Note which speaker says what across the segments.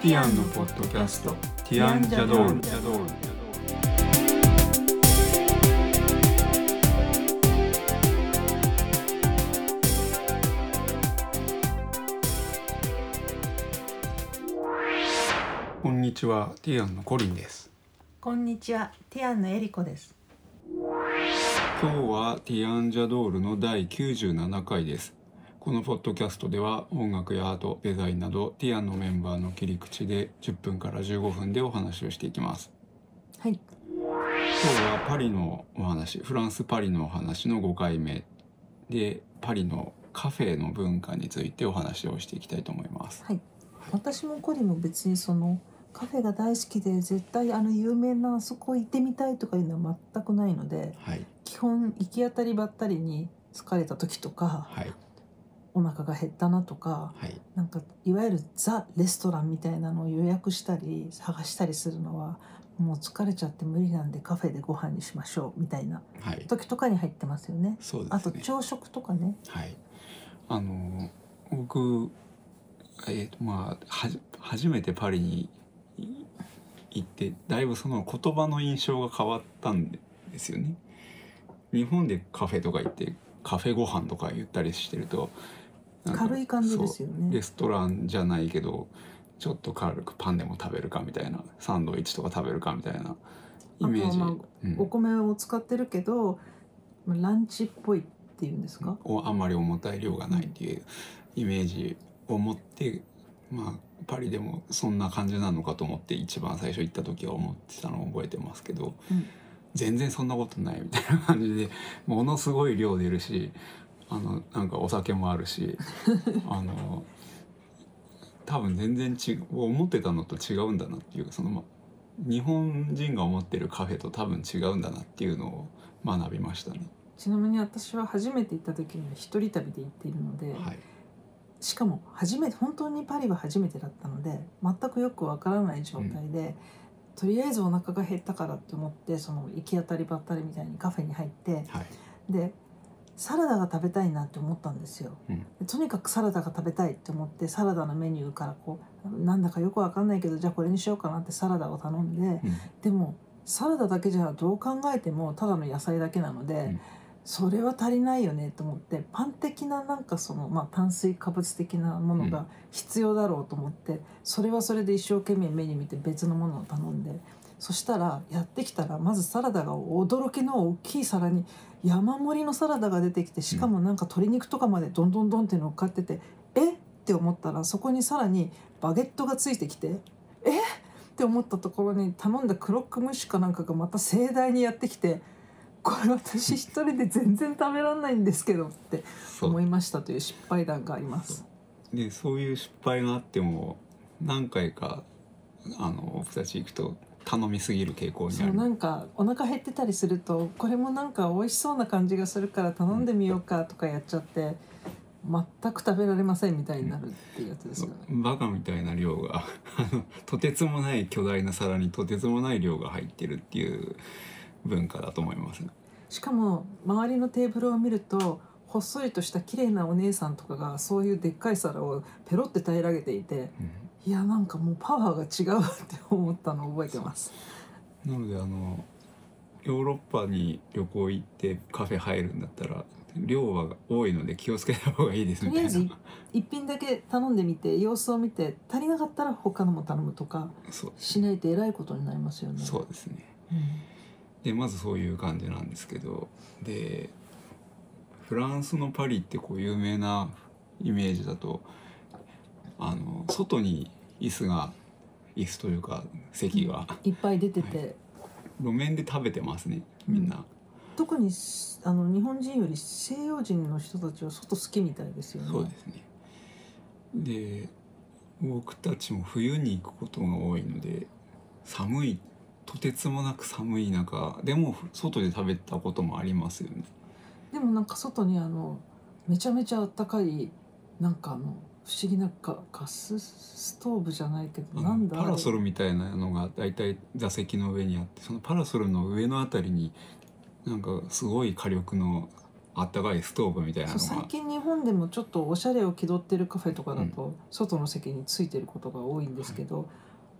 Speaker 1: ッドキャスト「ティアンジャドール」こんにちはティアンのコリンです
Speaker 2: こんにちは、ティアンのエリコです。
Speaker 1: 今日はティアンジャドールの第97回ですこのポッドキャストでは音楽やアートデザインなどティアンのメンバーの切り口で10分から15分でお話をしていきます
Speaker 2: はい。
Speaker 1: 今日はパリのお話フランス・パリのお話の5回目でパリのカフェの文化についてお話をしていきたいと思います。
Speaker 2: 私もコリも別にそのカフェが大好きで絶対あの有名なあそこ行ってみたいとかいうのは全くないので、
Speaker 1: はい、
Speaker 2: 基本行き当たりばったりに疲れた時とか、
Speaker 1: はい、
Speaker 2: お腹が減ったなとか、
Speaker 1: はい、
Speaker 2: なんかいわゆるザレストランみたいなのを予約したり探したりするのは。もう疲れちゃって無理なんでカフェでご飯にしましょうみたいな
Speaker 1: はい、
Speaker 2: 時とかに入ってますよね。
Speaker 1: そうで
Speaker 2: あ
Speaker 1: す
Speaker 2: と
Speaker 1: ね。
Speaker 2: 朝食とかね。
Speaker 1: はい、あの僕えーとまあはじ初めてパリにい行ってだいぶその言葉の印象が変わったんですよね。日本でカフェとか行ってカフェご飯とか言ったりしてるとなんか
Speaker 2: 軽い感じですよね。
Speaker 1: レストランじゃないけどちょっと軽くパンでも食べるかみたいなサンドイッチとか食べるかみたいなイメージ、
Speaker 2: あとはま
Speaker 1: うん
Speaker 2: お米を使ってるけどまあランチっぽいっていうんですか、
Speaker 1: をあんまり重たい量がないっていうイメージを持ってまあパリでもそんな感じなのかと思って一番最初行った時は思ってたのを覚えてますけど、
Speaker 2: うん
Speaker 1: 全然そんなことないみたいな感じでものすごい量出るしあのなんかお酒もあるしあの多分全然違う思ってたのと違うんだなっていうそのま日本人が思ってるカフェと多分違うんだなっていうのを学びましたね。
Speaker 2: ちなみに私は初めて行った時には一人旅で行っているので、
Speaker 1: はい、
Speaker 2: しかも初めて本当にパリは初めてだったので全くよくわからない状態で、とりあえずお腹が減ったからって思ってその行き当たりばったりみたいにカフェに入って
Speaker 1: はい
Speaker 2: でサラダが食べたいなって思ったんですよ、
Speaker 1: うん
Speaker 2: でとにかくサラダが食べたいって思ってサラダのメニューからこうなんだかよくわかんないけどじゃあこれにしようかなってサラダを頼んで、
Speaker 1: うん
Speaker 2: でもサラダだけじゃどう考えてもただの野菜だけなので、
Speaker 1: ん
Speaker 2: それは足りないよねと思ってパン的ななんかその、まあ、炭水化物的なもの
Speaker 1: う
Speaker 2: が必要だろうと思って、それはそれで一生懸命メニュー見て別のものを頼んでそしたらやってきたらまずサラダが驚きの大きい皿に山盛りのサラダが出てきてしかもなんか鶏肉とかまでどんどんどんって乗っかってて、えって思ったらそこにさらにバゲットがついてきてえって思ったところに頼んだクロックムッシュかなんかがまた盛大にやってきてこれ私一人で全然食べられないんですけどって
Speaker 1: そう
Speaker 2: 思いましたという失敗談があります。
Speaker 1: でそういう失敗があっても何回かあの僕たち行くと頼みすぎる傾向にあ
Speaker 2: そう
Speaker 1: る
Speaker 2: なんかお腹減ってたりするとこれもなんか美味しそうな感じがするから頼んでみようかとかやっちゃって全く食べられませんみたいになるっていうやつですよね。
Speaker 1: バカみたいな量が あのとてつもない巨大な皿にとてつもない量が入ってるっていう文化だと思います、
Speaker 2: しかも周りのテーブルを見るとほっそりとした綺麗なお姉さんとかがそういうでっかい皿をペロって平らげていて
Speaker 1: う
Speaker 2: いやなんかもうパワーが違うって思ったのを覚えてます。
Speaker 1: んなのであのヨーロッパに旅行行ってカフェ入るんだったら量は多いので気をつけた方がいいですみたいな
Speaker 2: とりあ一品だけ頼んでみて様子を見て足りなかったら他のも頼むとか
Speaker 1: そう
Speaker 2: しないとえらいことになりますよね。
Speaker 1: そうですね
Speaker 2: うん
Speaker 1: でまずそういう感じなんですけどでフランスのパリってこう有名なイメージだとあの外に椅子が椅子というか席が
Speaker 2: いっぱい出てて、
Speaker 1: 路面で食べてますねみんな、
Speaker 2: 特にあの日本人より西洋人の人たちは外好きみたいですよね。
Speaker 1: そうですねで僕たちも冬に行くことが多いので寒いとてつもなく寒い中でも外で食べたこともありますよね
Speaker 2: でもなんか外にあのめちゃめちゃあったかいなんかあの不思議なガガスストーブじゃないけ
Speaker 1: あ
Speaker 2: ど
Speaker 1: の
Speaker 2: なんだ
Speaker 1: パラソ
Speaker 2: ル
Speaker 1: ルみたいなのが大体座席の上にあってそのパラソルの上のあたりになんかすごい火力のあったかいストーブみたいなの
Speaker 2: 最
Speaker 1: が
Speaker 2: 近日本でもちょっとおしゃれを気取ってるカフェとかだと外の席についてることが多いんですけど、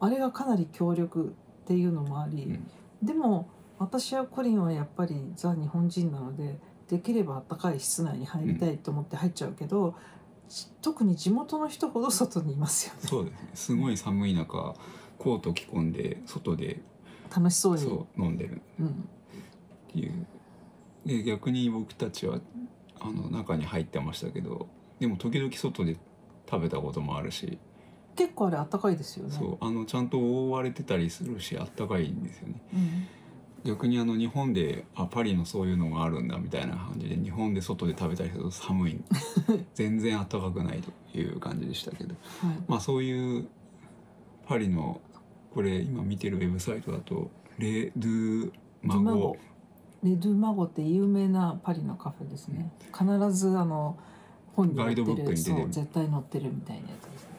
Speaker 2: あれがかなり強力っていうのもあり、
Speaker 1: うん
Speaker 2: でも私やコリンはやっぱりザ日本人なのでできればあったかい室内に入りたいと思って入っちゃうけど、ち特に地元の人ほど外にいますよね
Speaker 1: そうですねすごい寒い中コート着込んで外で
Speaker 2: 楽しそうに
Speaker 1: そう飲んでる
Speaker 2: うん、
Speaker 1: っていうで逆に僕たちはあの中に入ってましたけどでも時々外で食べたこともあるし、
Speaker 2: 結構あれあったかいですよね
Speaker 1: そうあのちゃんと覆われてたりするしあったかいんですよね
Speaker 2: うん
Speaker 1: 逆にあの日本であパリのそういうのがあるんだみたいな感じで日本で外で食べたりすると寒 い全然暖かくないという感じでしたけど
Speaker 2: はい
Speaker 1: まあそういうパリのこれ今見てるウェブサイトだとレ・ドゥ・マ
Speaker 2: ドゥマ
Speaker 1: ゴ
Speaker 2: ゴレドゥマゴって有名なパリのカフェですね。必ずあの本に載って
Speaker 1: ガイドブックに
Speaker 2: る、
Speaker 1: 出てる
Speaker 2: そう絶対載ってるみたいなやつですね。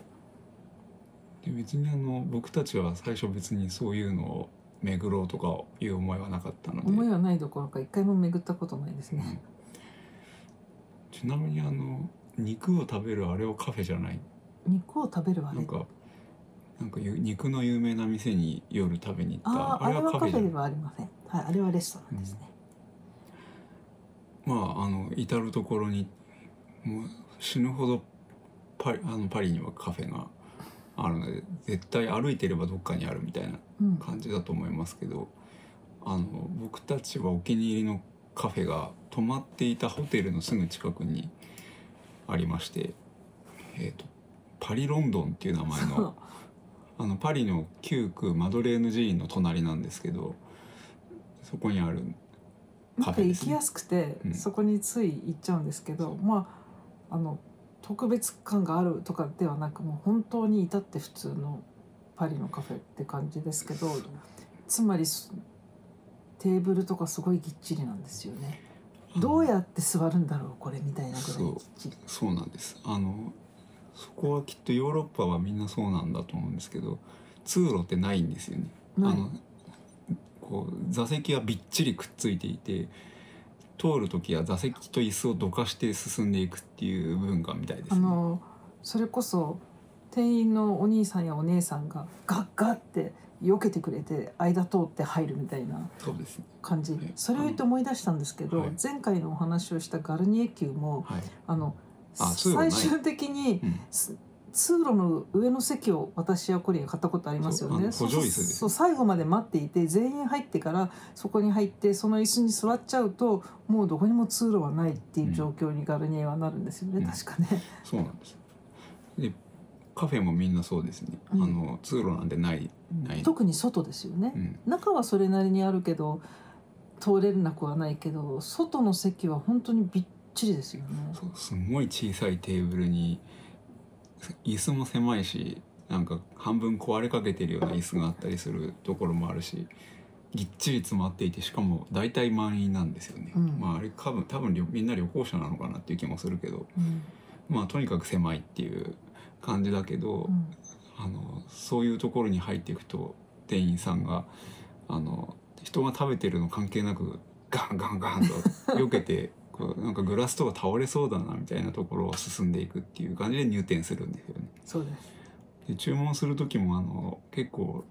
Speaker 1: で別にあの僕たちは最初別にそういうのを巡ろうとかいう思いはなかったので
Speaker 2: 思いはないどころか一回も巡ったことないです
Speaker 1: うん
Speaker 2: ね。
Speaker 1: ちなみにあの肉を食べるあれをカフェじゃない
Speaker 2: 肉を食べるあ
Speaker 1: な
Speaker 2: れ
Speaker 1: ん。かなんかゆ肉の有名な店に夜食べに行った
Speaker 2: ああ、あれはカフ
Speaker 1: じゃ
Speaker 2: ェ
Speaker 1: ない
Speaker 2: ではありません。はい、あれはレストランですね。
Speaker 1: まああの至る所にもう死ぬほどパリあのパリにはカフェがあるので絶対歩いてればどっかにあるみたいな
Speaker 2: うん。
Speaker 1: 感じだと思いますけどあの僕たちはお気に入りのカフェが泊まっていたホテルのすぐ近くにありまして、えー、とパリロンドンっていう名前
Speaker 2: そう
Speaker 1: のあのパリの旧区マドレーヌ寺院の隣なんですけどそこにある
Speaker 2: な
Speaker 1: カ
Speaker 2: んか
Speaker 1: フェで
Speaker 2: 行
Speaker 1: す
Speaker 2: き
Speaker 1: ね
Speaker 2: や。すくて、
Speaker 1: うん
Speaker 2: そこについ行っちゃうんですけど、
Speaker 1: そう
Speaker 2: まああの特別感があるとかではなくもう本当に至って普通のパリのカフェって感じですけどつまりすテーブルとかすごいぎっちりなんですよねどうやって座るんだろうこれみたいなぐらいぎっちり
Speaker 1: そうなんですあのそこはきっとヨーロッパはみんなそうなんだと思うんですけど通路ってないんですよね。
Speaker 2: な
Speaker 1: あ
Speaker 2: い
Speaker 1: のこう座席はびっちりくっついていて通る時は座席と椅子をどかして進んでいくっていう文化みたいで
Speaker 2: あ
Speaker 1: すね。
Speaker 2: のそれこそ店員のお兄さんやお姉さんがガッガッって避けてくれて間通って入るみたいな
Speaker 1: そうですね、
Speaker 2: 感じ
Speaker 1: え
Speaker 2: それを言って思い出したんですけど、
Speaker 1: はい
Speaker 2: 前回のお話をしたガルニエ宮も
Speaker 1: はい
Speaker 2: あの
Speaker 1: あそういうのない
Speaker 2: 最終的に
Speaker 1: うん
Speaker 2: す通路の上の席を私やコリンが買ったことありますよね。
Speaker 1: そうあの
Speaker 2: そ
Speaker 1: 補助
Speaker 2: う
Speaker 1: 椅子です
Speaker 2: そう最後まで待っていて全員入ってからそこに入ってその椅子に座っちゃうともうどこにも通路はないっていう状況にガルニエはなるんですよね、
Speaker 1: うん
Speaker 2: 確かね。
Speaker 1: そうなんですでカフェもみんなそうですね、
Speaker 2: うん
Speaker 1: あの通路なんてないない、
Speaker 2: 特に外ですよね。
Speaker 1: うん、
Speaker 2: 中はそれなりにあるけど通れなくはないけど外の席は本当にびっちりですよね。
Speaker 1: そうすごい小さいテーブルに椅子も狭いしなんか半分壊れかけてるような椅子があったりするところもあるしぎっちり詰まっていてしかも大体満員なんですよね、
Speaker 2: うん
Speaker 1: まああれ多分多分りょみんな旅行者なのかなっていう気もするけど
Speaker 2: うん
Speaker 1: まあとにかく狭いっていう感じだけど、
Speaker 2: うん
Speaker 1: あのそういうところに入っていくと店員さんがあの人が食べてるの関係なくガンガンガンと避けて こうなんかグラスとか倒れそうだなみたいなところを進んでいくっていう感じで入店するんですよね。
Speaker 2: そうです。
Speaker 1: で注文する時もあの結構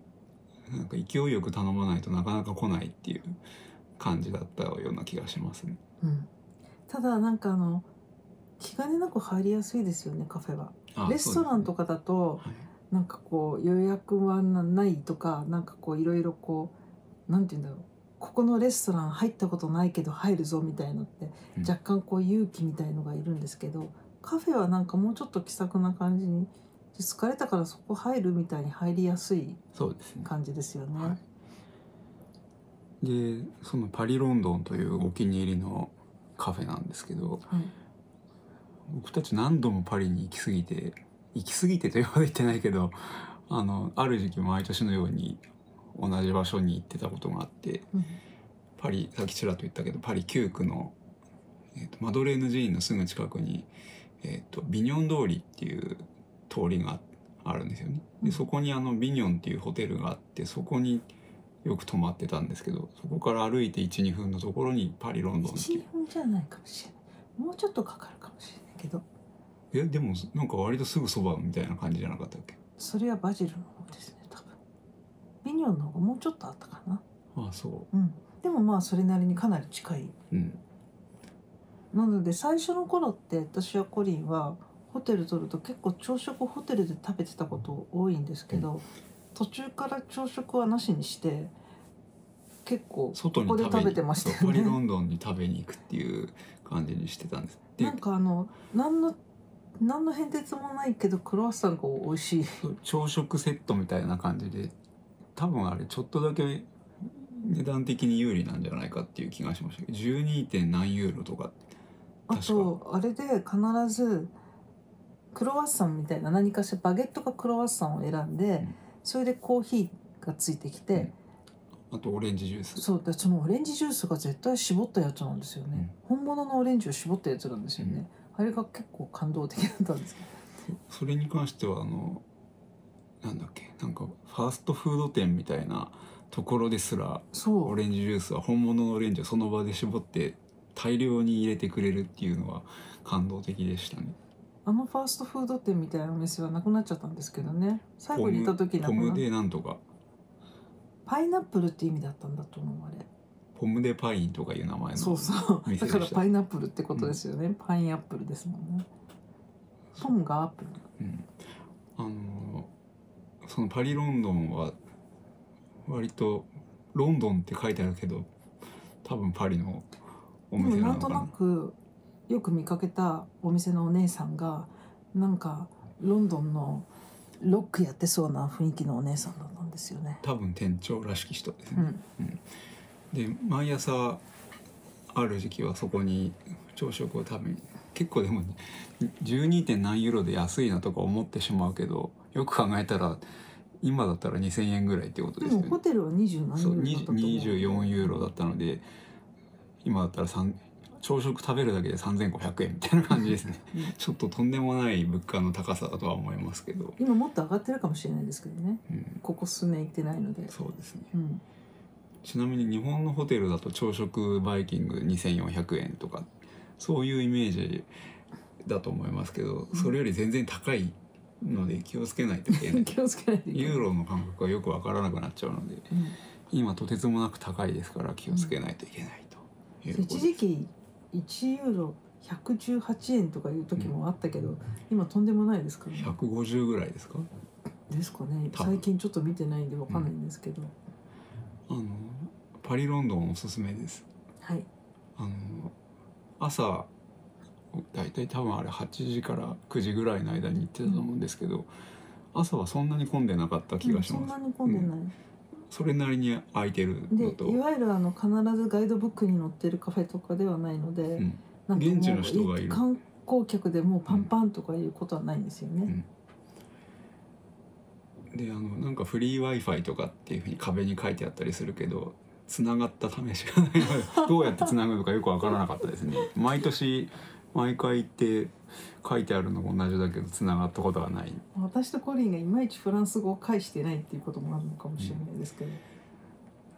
Speaker 1: なんか勢いよく頼まないとなかなか来ないっていう感じだったような気がしますね。
Speaker 2: うん。ただなんかあの気兼ねなく入りやすいですよねカフェは。
Speaker 1: あ
Speaker 2: レストランとかだと、
Speaker 1: そうですね
Speaker 2: なんかこう予約はないとかなんかこういろいろこうなんて言うんだろう。ここのレストラン入ったことないけど入るぞみたいのって
Speaker 1: うん
Speaker 2: 若干こう勇気みたいのがいるんですけど、カフェはなんかもうちょっと気さくな感じにで疲れたからそこ入るみたいに入りやすい
Speaker 1: そうですね
Speaker 2: 感じですよね。
Speaker 1: はでそのパリロンドンというお気に入りのカフェなんですけど
Speaker 2: はい
Speaker 1: 僕たち何度もパリに行き過ぎて行き過ぎてというほど行ってないけどあのある時期毎年のように同じ場所に行ってたことがあって
Speaker 2: うん
Speaker 1: パリさっきちらっと言ったけどパリ9区の、えーとマドレーヌ寺院のすぐ近くに、えー、とビニョン通りっていう通りがあるんですよね。
Speaker 2: うん
Speaker 1: でそこにあのビニョンっていうホテルがあってそこによく泊まってたんですけどそこから歩いて12分のところにパリロンドンってい
Speaker 2: 1
Speaker 1: う
Speaker 2: 分じゃないかもしれないもうちょっとかかるかもしれないけど
Speaker 1: えでもなんか割とすぐそばみたいな感じじゃなかったっけ
Speaker 2: それはバジルの方ですね多分ニオンの方がもうちょっとあったかな、
Speaker 1: あそ
Speaker 2: うん、でもまあそれなりにかなり近いう
Speaker 1: うん
Speaker 2: なので最初の頃って私はコリンはホテル取ると結構朝食をホテルで食べてたこと多いんですけど、途中から朝食はなしにして結構
Speaker 1: 外に
Speaker 2: ここで食べてま
Speaker 1: に
Speaker 2: したよね
Speaker 1: そうパリロンドンに食べに行くっていう感じにしてたんですで
Speaker 2: なんかあの何の何の変哲もないけどクロワッサンが美味しい
Speaker 1: 朝食セットみたいな感じで多分あれちょっとだけ値段的に有利なんじゃないかっていう気がしましたけど 12. 点何ユーロとか
Speaker 2: あ
Speaker 1: 確か
Speaker 2: とあれで必ずクロワッサンみたいな何かしらバゲットかクロワッサンを選んで、
Speaker 1: ん
Speaker 2: それでコーヒーがついてきて、
Speaker 1: あとオレンジジュース
Speaker 2: そうでそのオレンジジュースが絶対絞ったやつなんですよね、本物のオレンジを絞ったやつなんですよね、あれが結構感動的だったんですけど
Speaker 1: それに関してはあのなんだっけなんかファーストフード店みたいなところですら
Speaker 2: そ
Speaker 1: オ
Speaker 2: う
Speaker 1: レンジジュースは本物のオレンジをその場で絞って大量に入れてくれるっていうのは感動的でしたね。
Speaker 2: あのファーストフード店みたいなお店はなくなっちゃったんですけどね最後に行った時な
Speaker 1: ポ
Speaker 2: く
Speaker 1: ム
Speaker 2: な
Speaker 1: ポムでなんとか
Speaker 2: パイナップルって意味だったんだと思うあれ
Speaker 1: ポムでパインとかいう名前の
Speaker 2: そうそう
Speaker 1: 店
Speaker 2: だ
Speaker 1: でした
Speaker 2: からパイナップルってことですよね、パインアップルですもんねポンがアップル
Speaker 1: うんあのそのパリロンドンは割とロンドンって書いてあるけど多分パリのお
Speaker 2: でも
Speaker 1: 店な
Speaker 2: なん
Speaker 1: の
Speaker 2: と
Speaker 1: か
Speaker 2: な
Speaker 1: な。
Speaker 2: くよく見かけたお店のお姉さんがなんかロンドンのロックやってそうな雰囲気のお姉さんだったんですよね。
Speaker 1: 多分店長らしき人です
Speaker 2: う
Speaker 1: ね。
Speaker 2: ん、
Speaker 1: で毎朝ある時期はそこに朝食を食べに結構でも 12. 点何ユーロで安いなとか思ってしまうけどよく考えたら今だったら2,000円ぐらいってこと
Speaker 2: で
Speaker 1: ですよ
Speaker 2: も
Speaker 1: ね
Speaker 2: ホ。テルは20何ユ
Speaker 1: そう
Speaker 2: ーロだったと思う
Speaker 1: 24ユーロだったので今だったら3朝食食べるだけで3500円みたいな感じですね
Speaker 2: うん
Speaker 1: ちょっととんでもない物価の高さだとは思いますけど、
Speaker 2: 今もっと上がってるかもしれないですけどね
Speaker 1: うん、
Speaker 2: ここ数年行ってないので、
Speaker 1: そうですね
Speaker 2: うん、
Speaker 1: ちなみに日本のホテルだと朝食バイキング2400円とかそういうイメージだと思いますけどそれより全然高いので気をつけないといけ ない
Speaker 2: 気をつけないといけない
Speaker 1: ユーロの感覚がよくわからなくなっちゃうので
Speaker 2: うん
Speaker 1: 今とてつもなく高いですから気をつけないといけないということ
Speaker 2: 一時期1ユーロ118円とかいう時もあったけど、今とんでもないですからね。
Speaker 1: 150ぐらいですか
Speaker 2: ですかね
Speaker 1: 多分
Speaker 2: 最近ちょっと見てないんでわかんないんですけど、
Speaker 1: あのパリロンドンおすすめです
Speaker 2: はい
Speaker 1: あの朝だいたい多分あれ8時から9時ぐらいの間に行ってたと思うんですけど、朝はそんなに混んでなかった気がし
Speaker 2: うん
Speaker 1: ま
Speaker 2: そ
Speaker 1: す、
Speaker 2: んなに混んでない、
Speaker 1: それなりに空いてるのと
Speaker 2: でいわゆるあの必ずガイドブックに載ってるカフェとかではないので、
Speaker 1: うん
Speaker 2: なんかもう
Speaker 1: 現地の人がいる
Speaker 2: 観光客でもうパンパンとかいうことはないんですよね、
Speaker 1: うんであのなんかフリー w i f i とかっていうふうに壁に書いてあったりするけど繋がった試しがないの でどうやって繋ぐのかよくわからなかったですね毎年毎回行って書いてあるのが同じだけど繋がったことはない
Speaker 2: 私とコリンがいまいちフランス語を介してないっていうこともあるのかもしれないですけど、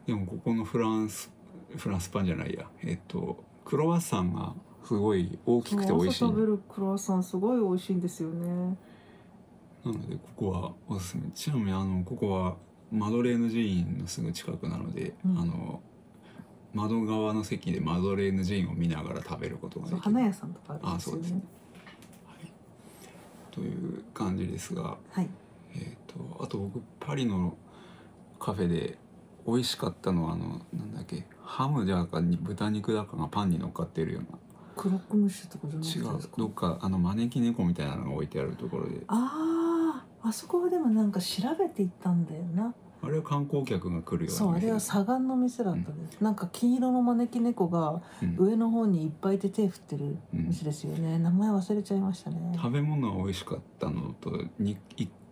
Speaker 1: でもここのフランスフランスパンじゃないやえっとクロワッサンがすごい大きくて美味しい
Speaker 2: 朝食べ
Speaker 1: な
Speaker 2: るクロワッサンすごい美味しいんですよね
Speaker 1: のでここはおすすめちなみにあのここはマドレーヌ寺院のすぐ近くなので、
Speaker 2: うん
Speaker 1: あの窓側の席でマドレーヌ寺院を見ながら食べることがで
Speaker 2: そう
Speaker 1: きる
Speaker 2: 花屋さんとかあるん
Speaker 1: あ
Speaker 2: です
Speaker 1: そ
Speaker 2: よ
Speaker 1: う
Speaker 2: ね
Speaker 1: ですね、はい、という感じですが
Speaker 2: はい
Speaker 1: えー、とあと僕パリのカフェで美味しかったのはあのなんだっけハムだかに豚肉だかがパンに乗っかってるような
Speaker 2: クロックムッシュとかじゃ
Speaker 1: 違
Speaker 2: ないです
Speaker 1: う
Speaker 2: か
Speaker 1: どっかあの招き猫みたいなのが置いてあるところで
Speaker 2: あああそこはでもなんか調べていったんだよな
Speaker 1: あれは観光客が来るような
Speaker 2: そうあ
Speaker 1: 店
Speaker 2: れは砂岩の店だったんです、なんか金色の招き猫が
Speaker 1: うん
Speaker 2: 上の方にいっぱいいて手振ってる店ですよね、名前忘れちゃいましたね
Speaker 1: 食べ物は美味しかったのと 2,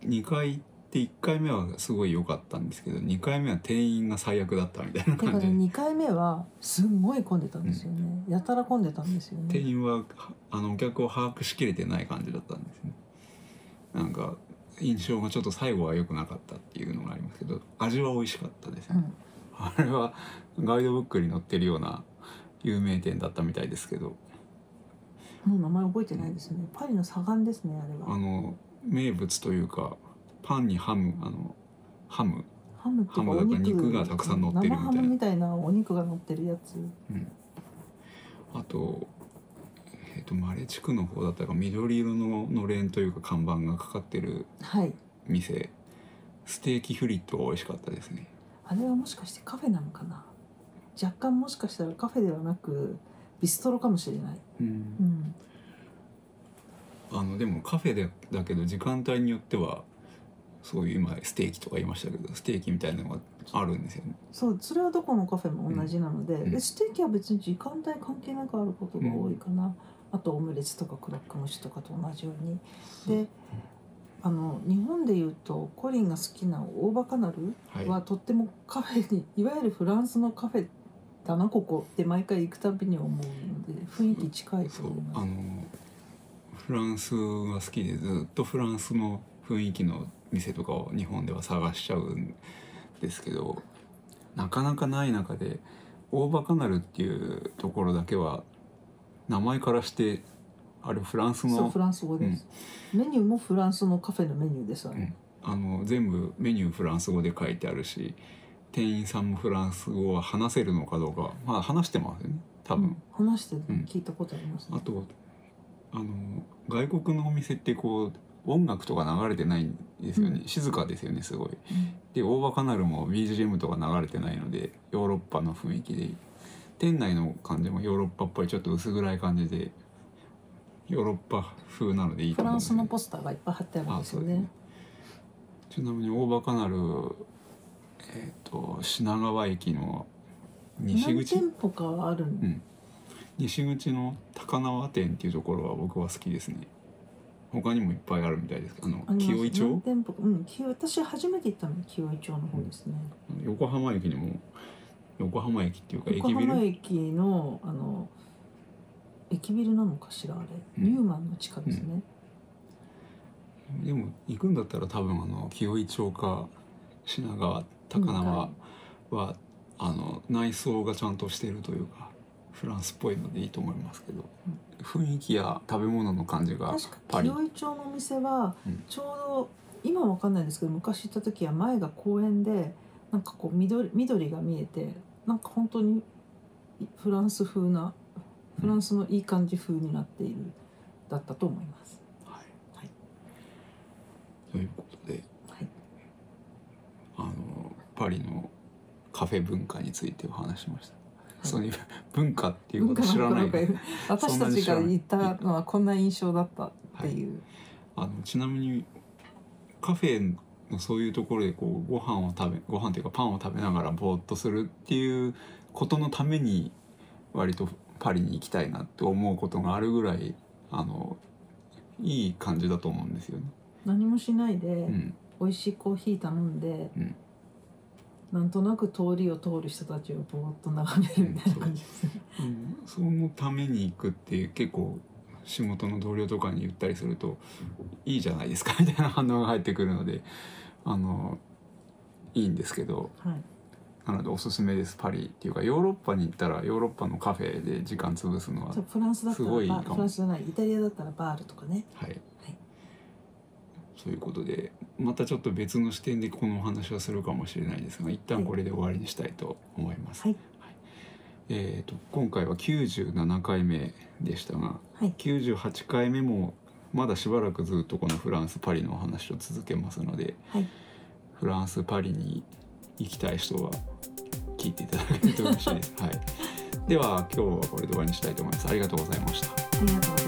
Speaker 1: 2回行って1回目はすごい良かったんですけど2回目は店員が最悪だったみたいな
Speaker 2: だから
Speaker 1: 感じで
Speaker 2: 2回目はすんごい混んでたんですよね、やたら混んでたんですよ
Speaker 1: 店
Speaker 2: ね
Speaker 1: 員はあのお客を把握しきれてない感じだったんですねなんか印象がちょっと最後は良くなかったっていうのがありますけど味は美味しかったです
Speaker 2: う
Speaker 1: ね、
Speaker 2: ん、
Speaker 1: あれはガイドブックに載ってるような有名店だったみたいですけど
Speaker 2: もう名前覚えてないですねパリの砂岩ですねあれ
Speaker 1: あ
Speaker 2: は
Speaker 1: の名物というかパンにハムあのハム
Speaker 2: ハムっていうか
Speaker 1: ハム
Speaker 2: お
Speaker 1: だから
Speaker 2: 肉
Speaker 1: 肉がたくさん乗ってるみたいな
Speaker 2: 生ハムみたいなお肉が乗ってるやつ
Speaker 1: あと,、えっとマレ地区の方だったら緑色ののれんというか看板がかかってる
Speaker 2: はい
Speaker 1: 店ステーキフリットが美味しかったですね
Speaker 2: あれはもしかしてカフェなのかな若干もしかしたらカフェではなくビストロかもしれない、うん、
Speaker 1: あのでもカフェでだけど時間帯によってはそういう今ステーキとか言いましたけどステーキみたいなのがあるんですよね
Speaker 2: そうそれはどこのカフェも同じなので,、
Speaker 1: んうん
Speaker 2: でステーキは別に時間帯関係なくあることが多いかな、あとオムレツとかクラックムシとかと同じようにであの日本でいうとコリンが好きな大バカナル
Speaker 1: はい
Speaker 2: はとってもカフェにいわゆるフランスのカフェだなここって毎回行くたびに思うので雰囲気近いと
Speaker 1: そう
Speaker 2: 思います
Speaker 1: あのフランスが好きでずっとフランスの雰囲気の店とかを日本では探しちゃうんですけどなかなかない中で大バカナルっていうところだけは名前からしてあれフランス
Speaker 2: そう
Speaker 1: の
Speaker 2: フランス語です、メニューもフランスのカフェのメニューですわね、
Speaker 1: あの全部メニューフランス語で書いてあるし店員さんもフランス語は話せるのかどうかまあ話してますよね多分。
Speaker 2: うん話して
Speaker 1: ん
Speaker 2: 聞いたことありますね、
Speaker 1: あとあの外国のお店ってこう音楽とか流れてないんですよね、静かですよねすごい。で大バカナルも BGM とか流れてないのでヨーロッパの雰囲気で店内の感じもヨーロッパっぽいちょっと薄暗い感じでヨーロッパ風なのでいいと
Speaker 2: フ
Speaker 1: 思
Speaker 2: ラ
Speaker 1: うん
Speaker 2: ン
Speaker 1: です
Speaker 2: ス
Speaker 1: よね
Speaker 2: のポスターがいっぱい貼ってあるんですよ
Speaker 1: あそうです
Speaker 2: ね
Speaker 1: ねちなみに大バカなるえっ、と品川駅の西
Speaker 2: 何
Speaker 1: 口
Speaker 2: 店舗かあるん、
Speaker 1: うん西口の高輪店っていうところは僕は好きですね他にもいっぱいあるみたいですあの
Speaker 2: あります
Speaker 1: 紀尾井
Speaker 2: 何
Speaker 1: 町
Speaker 2: 店舗かうん清私初めて行ったの清井町の方ですね、
Speaker 1: 横浜駅にも横浜駅っていうか
Speaker 2: 横
Speaker 1: 駅ビ
Speaker 2: 浜
Speaker 1: ル
Speaker 2: 駅のあの駅ビルなのかしらあれ、
Speaker 1: うん
Speaker 2: ニューマンの地下ですね、
Speaker 1: でも行くんだったら多分あの紀尾井町か品川高輪はあの内装がちゃんとしてるというかフランスっぽいのでいいと思いますけど雰囲気や食べ物の感じが
Speaker 2: 確か
Speaker 1: パリ
Speaker 2: 清井町のお店は
Speaker 1: うん
Speaker 2: ちょうど、今わかんないですけど昔行った時は前が公園でなんかこう緑緑が見えてなんか本当にフランス風なフランスのいい感じ風になっているだったと思います。
Speaker 1: はい。
Speaker 2: はい
Speaker 1: ということで、
Speaker 2: はい
Speaker 1: あのパリのカフェ文化についてお話ししました。
Speaker 2: い
Speaker 1: その 文化っていうこと知らない。
Speaker 2: 文化のことが私たちが言ったのはこんな印象だったっていう。
Speaker 1: あのちなみにカフェのそういうところでこうご飯を食べご飯っていうかパンを食べながらぼーっとするっていうことのために割とパリに行きたいなって思うことがあるぐらいあのいい感じだと思うんですよね。
Speaker 2: 何もしないで、
Speaker 1: うん、
Speaker 2: 美味しいコーヒー頼んで、
Speaker 1: うん
Speaker 2: なんとなく通りを通る人たちをぼーっと眺めるみたいな感じですね。
Speaker 1: うんそのために行くって結構仕事の同僚とかに言ったりすると「いいじゃないですか」みたいな反応が入ってくるので あのいいんですけど
Speaker 2: はい、
Speaker 1: なのでおすすめですパリっていうかヨーロッパに行ったらヨーロッパのカフェで時間潰すのは
Speaker 2: そうフランスだったら
Speaker 1: すごいか
Speaker 2: バ
Speaker 1: も
Speaker 2: フランスじゃないイタリアだったらバールとかね。
Speaker 1: はい。ということでまたちょっと別の視点でこのお話はするかもしれないですが一旦これで終わりにしたいと思います。
Speaker 2: はい
Speaker 1: えー、と今回は97回目でしたが
Speaker 2: はい
Speaker 1: 98回目もまだしばらくずっとこのフランス・パリのお話を続けますので
Speaker 2: はい
Speaker 1: フランス・パリに行きたい人は聞いていただけると嬉しいです。はい、では今日はこれで終わりにしたいと思います。ありがとうございました。
Speaker 2: ありがとうございます。